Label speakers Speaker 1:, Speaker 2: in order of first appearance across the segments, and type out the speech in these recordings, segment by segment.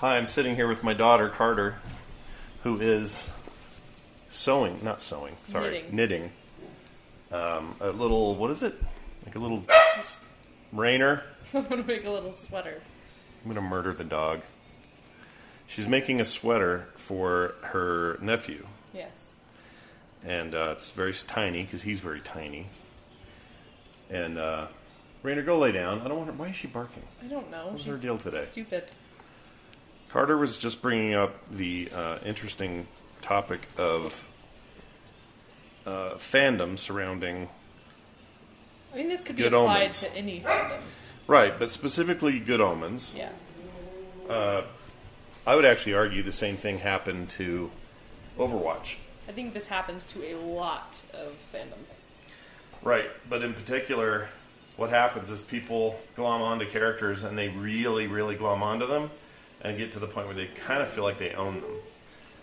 Speaker 1: Hi, I'm sitting here with my daughter Carter, who is sewing, not sewing, sorry, knitting. um, a little, what is it? Like a little rainer.
Speaker 2: I'm gonna make a little sweater.
Speaker 1: I'm gonna murder the dog. She's making a sweater for her nephew,
Speaker 2: Yes.
Speaker 1: and uh, it's very tiny because he's very tiny. And uh, Rainer, go lay down. I don't want her. Why is she barking?
Speaker 2: I don't know.
Speaker 1: What was her deal today?
Speaker 2: Stupid.
Speaker 1: Carter was just bringing up the uh, interesting topic of uh, fandom surrounding
Speaker 2: I mean, this could be
Speaker 1: Good
Speaker 2: applied
Speaker 1: omens.
Speaker 2: to any fandom.
Speaker 1: right, but specifically Good Omens.
Speaker 2: Yeah.
Speaker 1: I would actually argue the same thing happened to Overwatch.
Speaker 2: I think this happens to a lot of fandoms.
Speaker 1: Right, but in particular, what happens is people glom onto characters and they really, really glom onto them and get to the point where they kind of feel like they own them.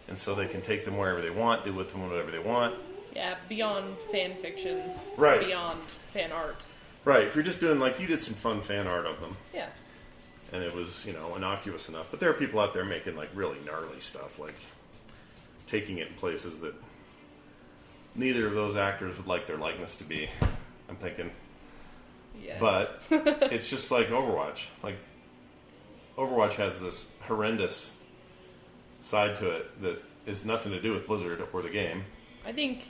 Speaker 1: And so they can take them wherever they want, do with them whatever they want.
Speaker 2: Yeah, beyond fan fiction.
Speaker 1: Right.
Speaker 2: Beyond fan art.
Speaker 1: Right, if you're just doing like you did some fun fan art of them,
Speaker 2: Yeah.
Speaker 1: and it was you know innocuous enough. But there are people out there making like really gnarly stuff, like taking it in places that neither of those actors would like their likeness to be. I'm thinking,
Speaker 2: Yeah.
Speaker 1: but it's just like Overwatch. Like Overwatch has this horrendous side to it that is nothing to do with Blizzard or the game.
Speaker 2: I think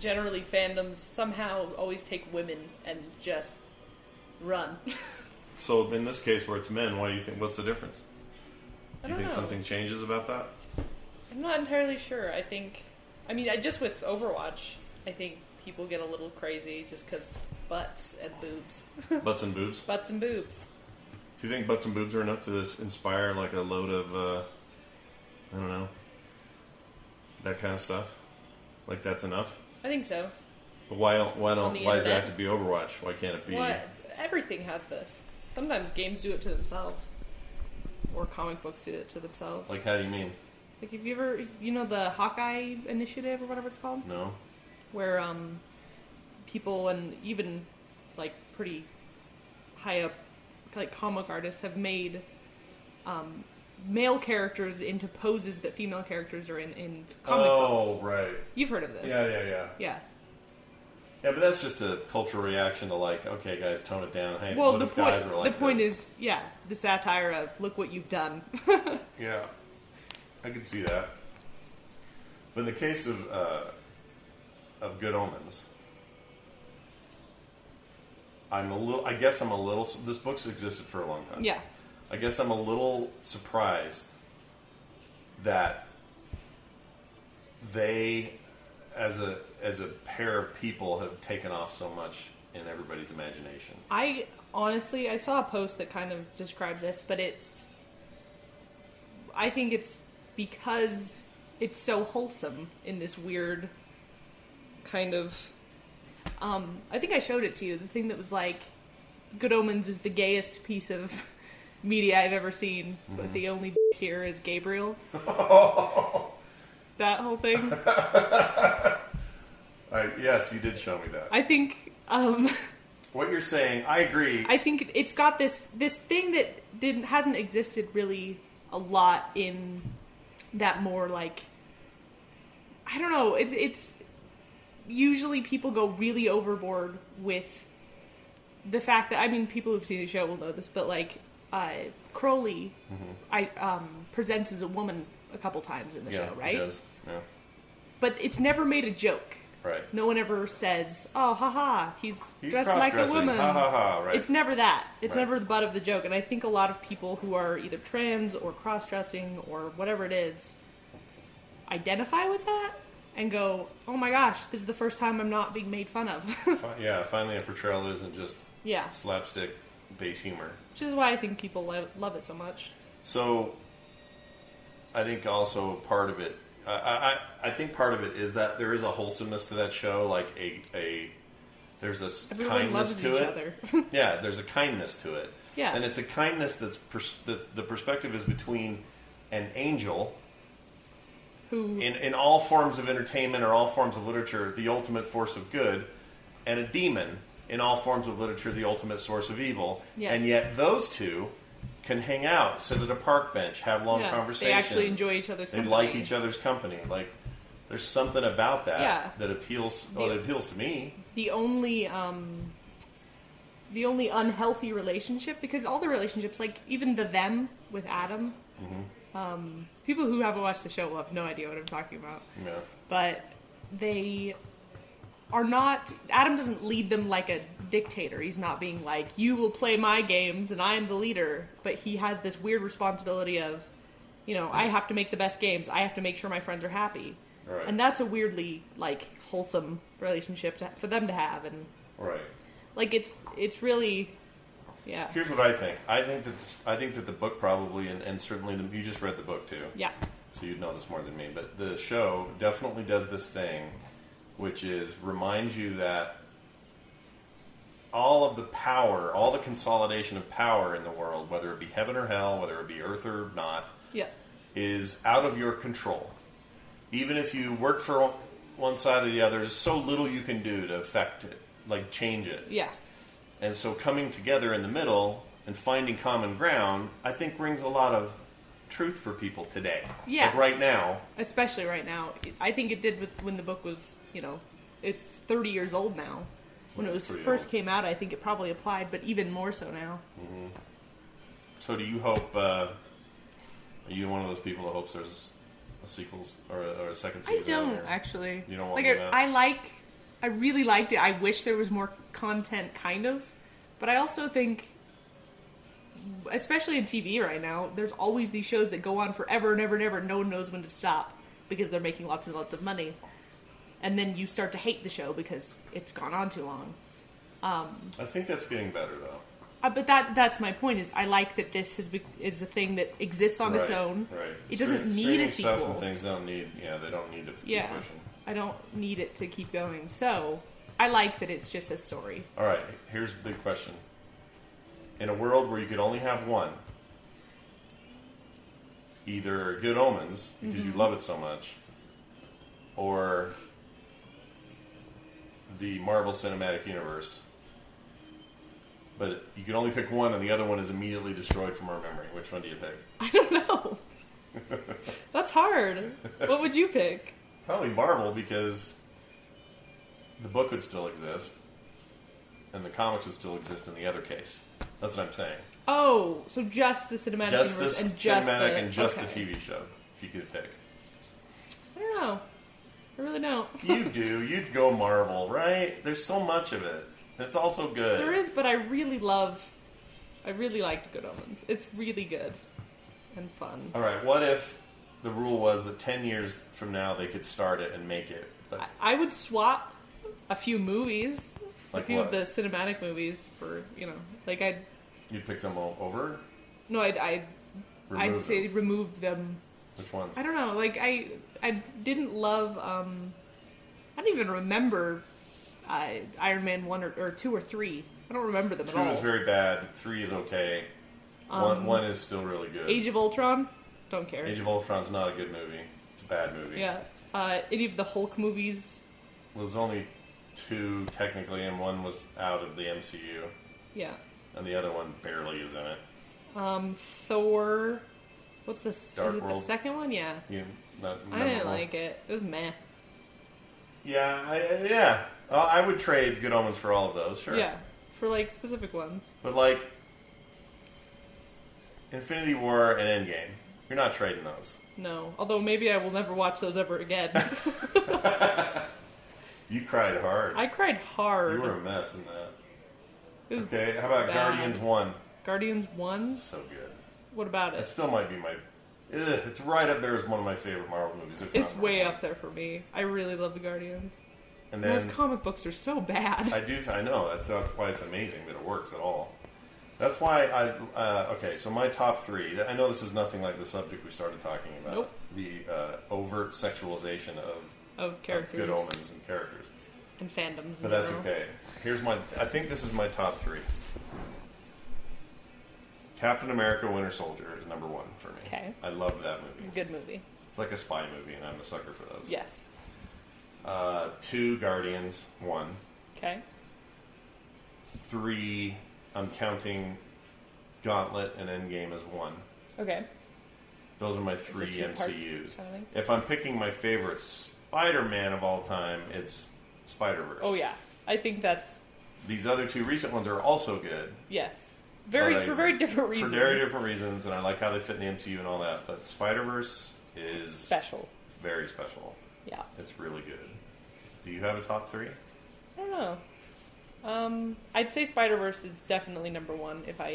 Speaker 2: generally fandoms somehow always take women and just run.
Speaker 1: So in this case, where it's men, why do you think? What's the difference?
Speaker 2: I
Speaker 1: You
Speaker 2: don't
Speaker 1: think
Speaker 2: know.
Speaker 1: something changes about that?
Speaker 2: I'm not entirely sure. I think, I mean, I, just with Overwatch, I think people get a little crazy just because butts and boobs,
Speaker 1: Butts and boobs.
Speaker 2: butts and boobs.
Speaker 1: Do you think butts and boobs are enough to s- inspire like a load of, uh, I don't know, that kind of stuff? Like that's enough?
Speaker 2: I think so.
Speaker 1: But why don't why
Speaker 2: On
Speaker 1: don't
Speaker 2: the
Speaker 1: why does it
Speaker 2: internet?
Speaker 1: have to be Overwatch? Why can't it be?
Speaker 2: What? Everything has this. Sometimes games do it to themselves, or comic books do it to themselves.
Speaker 1: Like how do you mean?
Speaker 2: like have you ever, you know, the Hawkeye Initiative or whatever it's called,
Speaker 1: No.
Speaker 2: where um, people and even like pretty high up, like comic artists have made um, male characters into poses that female characters are in in comic
Speaker 1: oh
Speaker 2: books.
Speaker 1: right.
Speaker 2: You've heard of this?
Speaker 1: Yeah yeah yeah.
Speaker 2: Yeah.
Speaker 1: Yeah, but that's just a cultural reaction to like, okay, guys, tone it down. Hey,
Speaker 2: Well,
Speaker 1: what
Speaker 2: the
Speaker 1: if
Speaker 2: point
Speaker 1: guys are like
Speaker 2: the point
Speaker 1: this?
Speaker 2: is, yeah, the satire of look what you've done.
Speaker 1: Yeah, I can see that. But in the case of uh, of Good Omens, I'm a little. I guess I'm a little. This book's existed for a long time.
Speaker 2: yeah.
Speaker 1: I guess I'm a little surprised that they, as a as a pair of people, have taken off so much in everybody's imagination.
Speaker 2: I honestly, I saw a post that kind of described this, but it's. I think it's because it's so wholesome in this weird kind of. Um, I think I showed it to you. The thing that was like, Good Omens is the gayest piece of media I've ever seen,
Speaker 1: Mm-hmm.
Speaker 2: but the only d- here is Gabriel. that whole thing.
Speaker 1: I, yes, you did show me that.
Speaker 2: I think. Um,
Speaker 1: what you're saying, I agree.
Speaker 2: I think it's got this this thing that didn't hasn't existed really a lot in that more like I don't know. It's it's usually people go really overboard with the fact that I mean people who've seen the show will know this, but like uh, Crowley
Speaker 1: Mm-hmm.
Speaker 2: I, um, presents as a woman a couple times in the
Speaker 1: Yeah,
Speaker 2: show,
Speaker 1: he
Speaker 2: right?
Speaker 1: does. Yeah,
Speaker 2: But it's never made a joke.
Speaker 1: Right.
Speaker 2: No one ever says, "Oh, haha, he's,
Speaker 1: He's
Speaker 2: dressed like a
Speaker 1: cross-dressing.
Speaker 2: woman."
Speaker 1: Ha, ha, ha, right.
Speaker 2: It's never that. It's
Speaker 1: Right.
Speaker 2: never the butt of the joke. And I think a lot of people who are either trans or cross-dressing or whatever it is identify with that and go, "Oh my gosh, this is the first time I'm not being made fun of."
Speaker 1: Fi- yeah. Finally, a portrayal isn't just
Speaker 2: yeah.
Speaker 1: slapstick base humor.
Speaker 2: Which is why I think people lo- love it so much.
Speaker 1: So, I think also part of it, I, I, I- I think part of it is that there is a wholesomeness to that show, like a, a there's this
Speaker 2: Everyone
Speaker 1: kindness
Speaker 2: loves
Speaker 1: to
Speaker 2: each
Speaker 1: it.
Speaker 2: other.
Speaker 1: yeah, there's a kindness to it.
Speaker 2: Yeah.
Speaker 1: and it's a kindness that's pers- the, the perspective is between an angel
Speaker 2: Who
Speaker 1: in, in all forms of entertainment or all forms of literature, the ultimate force of good, and a demon in all forms of literature, the ultimate source of evil.
Speaker 2: Yeah.
Speaker 1: And yet those two can hang out, sit at a park bench, have long
Speaker 2: Yeah, they
Speaker 1: conversations.
Speaker 2: actually enjoy each other's
Speaker 1: They
Speaker 2: company.
Speaker 1: like each other's company. Like there's something about that
Speaker 2: Yeah.
Speaker 1: that appeals well,
Speaker 2: The-
Speaker 1: it appeals to me.
Speaker 2: the only um the only unhealthy relationship because all the relationships like even the them with adam um people who haven't watched the show will have no idea what i'm talking about
Speaker 1: Yeah.
Speaker 2: but they are not adam doesn't lead them like a dictator he's not being like you will play my games and i am the leader but he has this weird responsibility of you know i have to make the best games i have to make sure my friends are happy
Speaker 1: Right.
Speaker 2: and that's a weirdly like wholesome relationship to, for them to have and
Speaker 1: Right.
Speaker 2: like it's it's really yeah
Speaker 1: Here's what I think. I think that I think that the book probably and, and certainly the, you just read the book too.
Speaker 2: yeah
Speaker 1: so you'd know this more than me, but the show definitely does this thing, which is reminds you that all of the power, all the consolidation of power in the world, whether it be heaven or hell, whether it be earth or not,
Speaker 2: yeah
Speaker 1: is out of your control. Even if you work for one side or the other, there's so little you can do to affect it, like change it.
Speaker 2: yeah
Speaker 1: And so coming together in the middle and finding common ground, I think brings a lot of truth for people today.
Speaker 2: Yeah.
Speaker 1: Like right now,
Speaker 2: especially right now i think it did with when the book was you know it's 30 years old now when it
Speaker 1: Yeah,
Speaker 2: was
Speaker 1: it's pretty
Speaker 2: first
Speaker 1: old.
Speaker 2: came out i think it probably applied but even more so now
Speaker 1: So do you hope? Uh, are you one of those people that hopes there's a sequel or a, or a second
Speaker 2: i
Speaker 1: season?
Speaker 2: don't
Speaker 1: or-
Speaker 2: actually
Speaker 1: You don't want
Speaker 2: like
Speaker 1: to do that?
Speaker 2: I, I like i really liked it i wish there was more content kind of but i also think especially in tv right now there's always these shows that go on forever and ever and ever and no one knows when to stop because they're making lots and lots of money and then you start to hate the show because it's gone on too long
Speaker 1: I think that's getting better though.
Speaker 2: Uh, but that that's my point is I like that this has be- is a thing that exists on its
Speaker 1: Right,
Speaker 2: own.
Speaker 1: Right.
Speaker 2: It doesn't
Speaker 1: Stream-
Speaker 2: need a
Speaker 1: streaming stuff
Speaker 2: sequel.
Speaker 1: and things don't need. Yeah, they don't need to keep
Speaker 2: yeah.
Speaker 1: pushing.
Speaker 2: I don't need it to keep going. So, I like that it's just a story.
Speaker 1: All right. Here's a big question. In a world where you could only have one, either Good Omens because you love it so much, or the Marvel Cinematic Universe. But you can only pick one, and the other one is immediately destroyed from our memory. Which one do you pick?
Speaker 2: I don't know. that's hard. What would you pick?
Speaker 1: Probably Marvel because the book would still exist, and the comics would still exist in the other case. That's what I'm saying.
Speaker 2: Oh, so just the cinematic
Speaker 1: Just the
Speaker 2: universe and just
Speaker 1: cinematic
Speaker 2: the,
Speaker 1: and just
Speaker 2: okay.
Speaker 1: the TV show, if you could pick.
Speaker 2: I don't know. I really don't.
Speaker 1: You do. You'd go Marvel, right? There's so much of it. It's also good.
Speaker 2: There is, but I really love. I really liked Good Omens. It's really good and fun.
Speaker 1: All right. What if the rule was that ten years from now they could start it and make it? But
Speaker 2: I would swap a few movies,
Speaker 1: Like
Speaker 2: a few
Speaker 1: what?
Speaker 2: of the cinematic movies for you know, like I'd
Speaker 1: you'd pick them all over.
Speaker 2: no, I'd I'd, I'd
Speaker 1: Remove
Speaker 2: say
Speaker 1: them.
Speaker 2: remove them.
Speaker 1: which ones?
Speaker 2: I don't know, like I I didn't love um, I don't even remember uh, Iron Man one or, or two or three. I don't remember them
Speaker 1: Two
Speaker 2: at all.
Speaker 1: is very bad. Three is okay. one one is still really good.
Speaker 2: Um, Age of Ultron, don't care.
Speaker 1: Age of Ultron's not a good movie. It's a bad movie.
Speaker 2: yeah, uh, any of the Hulk movies.
Speaker 1: There's only two technically, and one was out of the MCU,
Speaker 2: Yeah, Um,
Speaker 1: and the other one barely is in it.
Speaker 2: Thor. What's this?
Speaker 1: Dark
Speaker 2: is it
Speaker 1: World.
Speaker 2: the second one? Yeah,
Speaker 1: You, not
Speaker 2: I didn't
Speaker 1: memorable.
Speaker 2: like it. It was meh.
Speaker 1: Yeah, I, I- yeah. Uh, I would trade Good Omens for all of those, sure.
Speaker 2: Yeah, for like specific ones.
Speaker 1: But like, Infinity War and Endgame. You're not trading those.
Speaker 2: No. Although maybe I will never watch those ever again.
Speaker 1: You cried hard.
Speaker 2: I cried hard.
Speaker 1: you were a mess in that.
Speaker 2: It was
Speaker 1: Okay, how about
Speaker 2: bad.
Speaker 1: Guardians One?
Speaker 2: Guardians 1?
Speaker 1: So good.
Speaker 2: What about
Speaker 1: That
Speaker 2: it?
Speaker 1: still might be my. Ugh, it's right up there as one of my favorite Marvel movies. If
Speaker 2: It's
Speaker 1: not
Speaker 2: way
Speaker 1: number one.
Speaker 2: up there for me. I really love the Guardians.
Speaker 1: And
Speaker 2: Those
Speaker 1: then
Speaker 2: comic books are so bad.
Speaker 1: I do. I know that's not why it's amazing that it works at all. That's why I. Uh, okay, so my top three. I know this is nothing like the subject we started talking about.
Speaker 2: Nope.
Speaker 1: The uh, overt sexualization of,
Speaker 2: of
Speaker 1: of
Speaker 2: characters
Speaker 1: good omens and characters,
Speaker 2: and fandoms.
Speaker 1: but
Speaker 2: in
Speaker 1: that's
Speaker 2: general.
Speaker 1: okay. Here's my. I think this is my top three. Captain America: Winter Soldier is number one for me.
Speaker 2: Okay.
Speaker 1: I love that movie.
Speaker 2: Good movie.
Speaker 1: It's like a spy movie, and I'm a sucker for those.
Speaker 2: Yes.
Speaker 1: Uh, two Guardians, one,
Speaker 2: Okay.
Speaker 1: three. I'm counting Gauntlet and Endgame as one.
Speaker 2: Okay.
Speaker 1: Those are my three
Speaker 2: two-part
Speaker 1: MCUs.
Speaker 2: kind of thing?
Speaker 1: If I'm picking my favorite Spider-Man of all time, it's Spider-Verse.
Speaker 2: Oh yeah. I think that's
Speaker 1: These other two recent ones are also good.
Speaker 2: yes. Very
Speaker 1: but I-
Speaker 2: for very different reasons.
Speaker 1: For very different reasons, and I like how they fit in the MCU and all that. But Spider-Verse is
Speaker 2: special.
Speaker 1: very special.
Speaker 2: Yeah.
Speaker 1: It's really good. Do you have a top three?
Speaker 2: I don't know. Um, I'd say Spider Verse is definitely number one. If I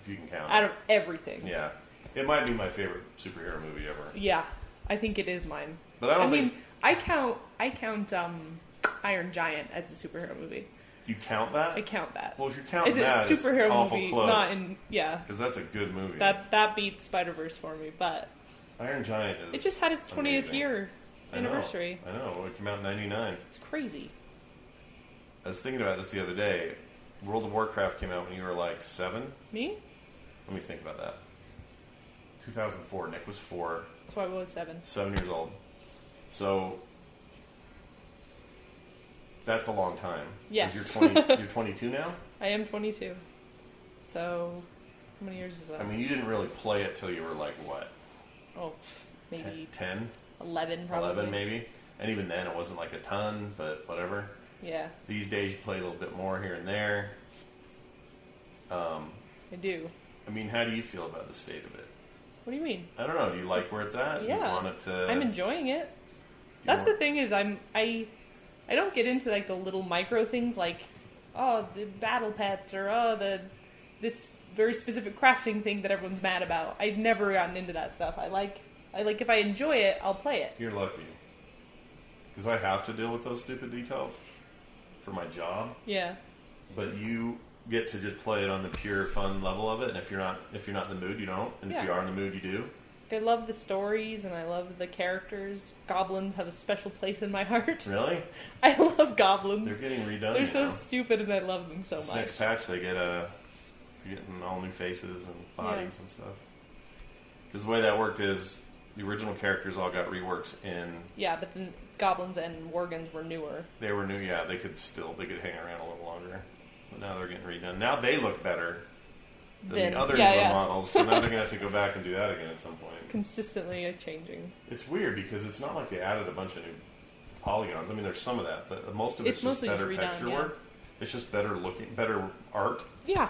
Speaker 1: If you can count.
Speaker 2: out of everything.
Speaker 1: Yeah, it might be my favorite superhero movie ever.
Speaker 2: Yeah, I think it is mine.
Speaker 1: But I don't
Speaker 2: mean,
Speaker 1: think-
Speaker 2: I count I count um, Iron Giant as a superhero movie.
Speaker 1: You count that?
Speaker 2: I count that.
Speaker 1: Well, if you're counting
Speaker 2: Is it
Speaker 1: that,
Speaker 2: a
Speaker 1: it's
Speaker 2: superhero
Speaker 1: awful
Speaker 2: movie,
Speaker 1: close.
Speaker 2: not in yeah.
Speaker 1: Because that's a good movie.
Speaker 2: That that beats Spider Verse for me, but
Speaker 1: Iron Giant is.
Speaker 2: it just had its 20th
Speaker 1: amazing.
Speaker 2: year
Speaker 1: I know.
Speaker 2: anniversary.
Speaker 1: I know. It came out in '99.
Speaker 2: It's crazy.
Speaker 1: I was thinking about this the other day. World of Warcraft came out when you were like seven.
Speaker 2: Me?
Speaker 1: Let me think about that. 2004. Nick was four,
Speaker 2: That's why I was seven.
Speaker 1: seven years old. So that's a long time. 'Cause
Speaker 2: Yes.
Speaker 1: You're 20. you're 22 now.
Speaker 2: I am 22. So, how many years is that?
Speaker 1: I mean, you didn't really play it till you were like what?
Speaker 2: oh, maybe
Speaker 1: 10
Speaker 2: 11, probably.
Speaker 1: 11 maybe and even then it wasn't like a ton but whatever
Speaker 2: Yeah,
Speaker 1: these days you play a little bit more here and there
Speaker 2: I do.
Speaker 1: i mean how do you feel about the state of it
Speaker 2: What do you mean?
Speaker 1: i don't know do you like where it's at
Speaker 2: Yeah,
Speaker 1: you want it to
Speaker 2: I'm enjoying it.
Speaker 1: you
Speaker 2: That's the
Speaker 1: want-
Speaker 2: thing is I'm I I don't get into like the little micro things like oh the battle pets or oh the this very specific crafting thing that everyone's mad about. I've never gotten into that stuff. I like I like if I enjoy it, I'll play it.
Speaker 1: you're lucky because i have to deal with those stupid details for my job
Speaker 2: Yeah.
Speaker 1: but you get to just play it on the pure fun level of it and if you're not if you're not in the mood you don't and
Speaker 2: Yeah.
Speaker 1: if you are in the mood you do
Speaker 2: I love the stories and I love the characters. Goblins have a special place in my heart.
Speaker 1: really
Speaker 2: I love goblins.
Speaker 1: they're getting redone
Speaker 2: They're so
Speaker 1: now.
Speaker 2: stupid and I love them so
Speaker 1: this
Speaker 2: much.
Speaker 1: next patch they get uh, you're getting all new faces and bodies
Speaker 2: Yeah.
Speaker 1: and stuff. Because the way that worked is the original characters all got reworks in
Speaker 2: Yeah, but then goblins and worgans were newer.
Speaker 1: they were new. Yeah, they could still they could hang around a little longer, but now they're getting redone. Now they look better than
Speaker 2: Then-
Speaker 1: the other
Speaker 2: yeah,
Speaker 1: newer
Speaker 2: yeah.
Speaker 1: models, so now they're gonna have to go back and do that again at some point.
Speaker 2: Consistently changing.
Speaker 1: It's weird because it's not like they added a bunch of new polygons. I mean, there's some of that, but most of it's,
Speaker 2: It's
Speaker 1: just
Speaker 2: mostly just
Speaker 1: better
Speaker 2: redone,
Speaker 1: texture
Speaker 2: yeah.
Speaker 1: work. It's just better looking, better art.
Speaker 2: Yeah,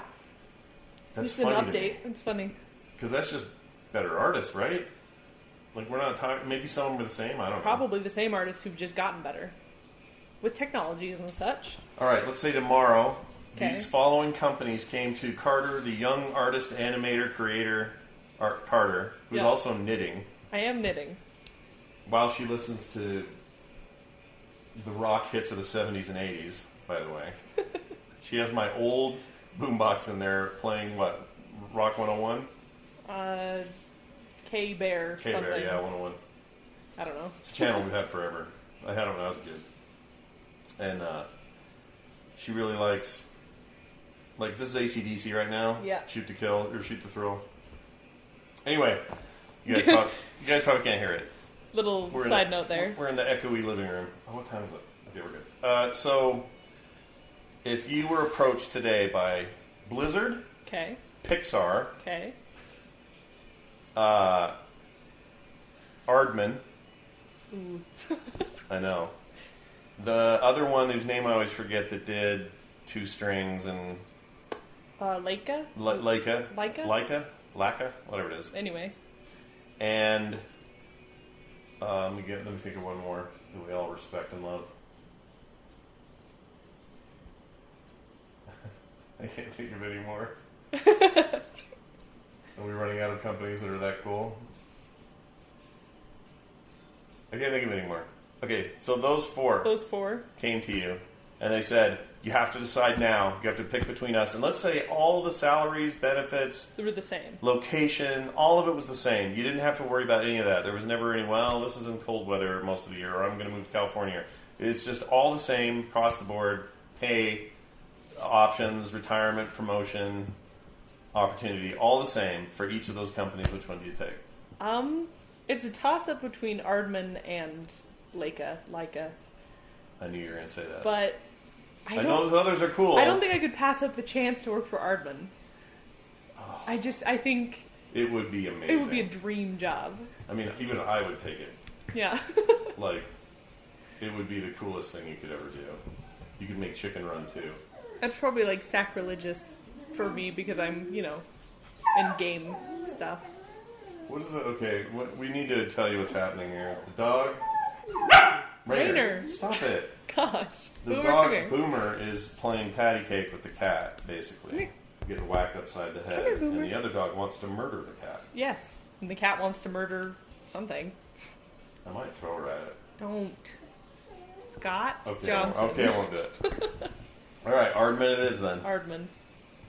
Speaker 1: That's
Speaker 2: just an
Speaker 1: funny to me.
Speaker 2: update. It's funny.
Speaker 1: Because that's just better artists, right? Like we're not talking. Maybe some of them are the same. I don't know.
Speaker 2: Probably the same artists who've just gotten better with technologies and such.
Speaker 1: All right. Let's say tomorrow,
Speaker 2: Okay.
Speaker 1: these following companies came to Carter, the young artist, animator, creator, Art Carter, who's
Speaker 2: Yeah.
Speaker 1: also knitting
Speaker 2: I am knitting.
Speaker 1: while she listens to the rock hits of the '70s and '80s. By the way, she has my old boombox in there playing what Rock 101,
Speaker 2: Uh, K Bear
Speaker 1: K
Speaker 2: something.
Speaker 1: Bear, yeah, 101.
Speaker 2: I don't know.
Speaker 1: It's a channel we've had forever. I had it when I was a kid. And uh, she really likes, like, this is ACDC right now.
Speaker 2: Yeah.
Speaker 1: Shoot to kill or shoot to thrill. Anyway, you guys, probably, you guys probably can't hear it.
Speaker 2: Little
Speaker 1: We're in
Speaker 2: side
Speaker 1: the-
Speaker 2: note there.
Speaker 1: We're in the echoey living room. Oh, what time is it? Okay, we're good. Uh, so, if you were approached today by Blizzard,
Speaker 2: Okay.
Speaker 1: Pixar,
Speaker 2: Okay.
Speaker 1: Ardman. I know. The other one whose name I always forget that did two strings and
Speaker 2: Uh, Leica.
Speaker 1: L- Leica.
Speaker 2: Leica?
Speaker 1: Leica. Laka, whatever it is.
Speaker 2: Anyway,
Speaker 1: And um, again, let me think of one more who we all respect and love. I can't think of any more. are we running out of companies that are that cool? I can't think of any more. Okay, so those four
Speaker 2: those four.
Speaker 1: came to you and they said, you have to decide now. You have to pick between us. And let's say all the salaries, benefits,
Speaker 2: They were the same.
Speaker 1: location, all of it was the same. You didn't have to worry about any of that. There was never any, well, this is in cold weather most of the year, or I'm going to move to California. It's just all the same across the board pay, options, retirement, promotion, opportunity, all the same for each of those companies. Which one do you take?
Speaker 2: Um, it's a toss up between Ardman and Leica, Leica,
Speaker 1: I knew you were going to say that.
Speaker 2: but I,
Speaker 1: I
Speaker 2: don't,
Speaker 1: know those others are cool.
Speaker 2: I don't think I could pass up the chance to work for Ardman. I just, I think
Speaker 1: it would be amazing.
Speaker 2: it would be a dream job.
Speaker 1: I mean, even I would take it.
Speaker 2: Yeah.
Speaker 1: Like, it would be the coolest thing you could ever do. You could make chicken run too.
Speaker 2: That's probably like sacrilegious for me because I'm, you know, in game stuff.
Speaker 1: What is the okay? What, we need to tell you what's happening here. The dog. Rainer,
Speaker 2: Rainer.
Speaker 1: stop it!
Speaker 2: Gosh.
Speaker 1: The
Speaker 2: Boomer
Speaker 1: dog
Speaker 2: Cougar.
Speaker 1: Boomer is playing patty cake with the cat, basically, getting whacked upside the head,
Speaker 2: here, Boomer.
Speaker 1: and the other dog wants to murder the cat.
Speaker 2: Yes. And the cat wants to murder something.
Speaker 1: I might throw her at it.
Speaker 2: Don't. Scott
Speaker 1: Okay, I won't-
Speaker 2: Johnson.
Speaker 1: okay, I won't do it. All right, Ardman, it is then.
Speaker 2: Ardman.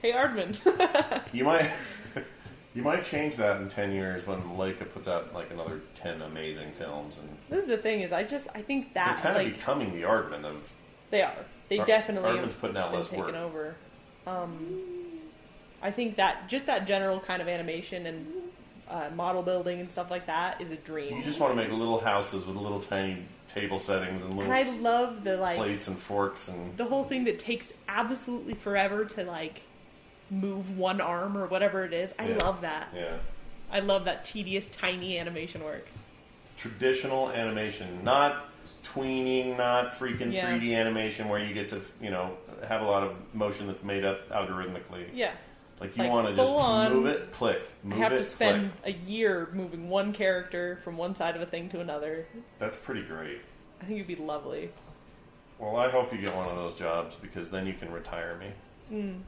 Speaker 2: Hey, Ardman.
Speaker 1: You might you might change that in ten years when Leica puts out like another ten amazing films, and
Speaker 2: this is the thing is, I just, I think
Speaker 1: they're
Speaker 2: that,
Speaker 1: kind of
Speaker 2: Ah, like,
Speaker 1: becoming the Ardman of.
Speaker 2: they are. They
Speaker 1: Ar-
Speaker 2: definitely
Speaker 1: Ardman's
Speaker 2: have
Speaker 1: putting out
Speaker 2: been
Speaker 1: less
Speaker 2: taken
Speaker 1: work.
Speaker 2: over. Um, I think that, just that general kind of animation and uh, model building and stuff like that is a dream.
Speaker 1: You just want to make little houses with little tiny table settings and little
Speaker 2: And I love the like
Speaker 1: plates and forks and
Speaker 2: the whole thing that takes absolutely forever to like move one arm or whatever it is. I
Speaker 1: Yeah.
Speaker 2: love that.
Speaker 1: yeah
Speaker 2: I love that tedious tiny animation work.
Speaker 1: traditional animation not tweening not freaking
Speaker 2: Yeah.
Speaker 1: 3d animation where you get to you know have a lot of motion that's made up algorithmically
Speaker 2: Yeah.
Speaker 1: like you
Speaker 2: Like,
Speaker 1: want to just
Speaker 2: full on-
Speaker 1: move it click move
Speaker 2: I have
Speaker 1: it
Speaker 2: to spend
Speaker 1: click
Speaker 2: a year moving one character from one side of a thing to another.
Speaker 1: that's pretty great
Speaker 2: I think it'd be lovely.
Speaker 1: well i hope you get one of those jobs because then you can retire me
Speaker 2: Mm.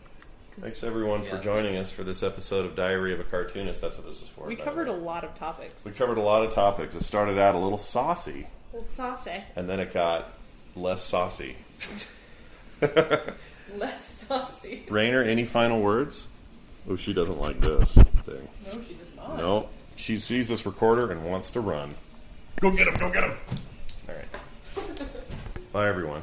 Speaker 1: thanks everyone for joining us for this episode of diary of a cartoonist that's what this is for
Speaker 2: We
Speaker 1: by the
Speaker 2: covered a
Speaker 1: way.
Speaker 2: lot of topics.
Speaker 1: we covered a lot of topics it started out a little saucy
Speaker 2: Well, saucy.
Speaker 1: and then it got less saucy.
Speaker 2: Less saucy.
Speaker 1: Rainer, any final words? Oh, she doesn't like this thing.
Speaker 2: No, she does not.
Speaker 1: No, she sees this recorder and wants to run. Go get him! Go get him! All right. Bye, everyone.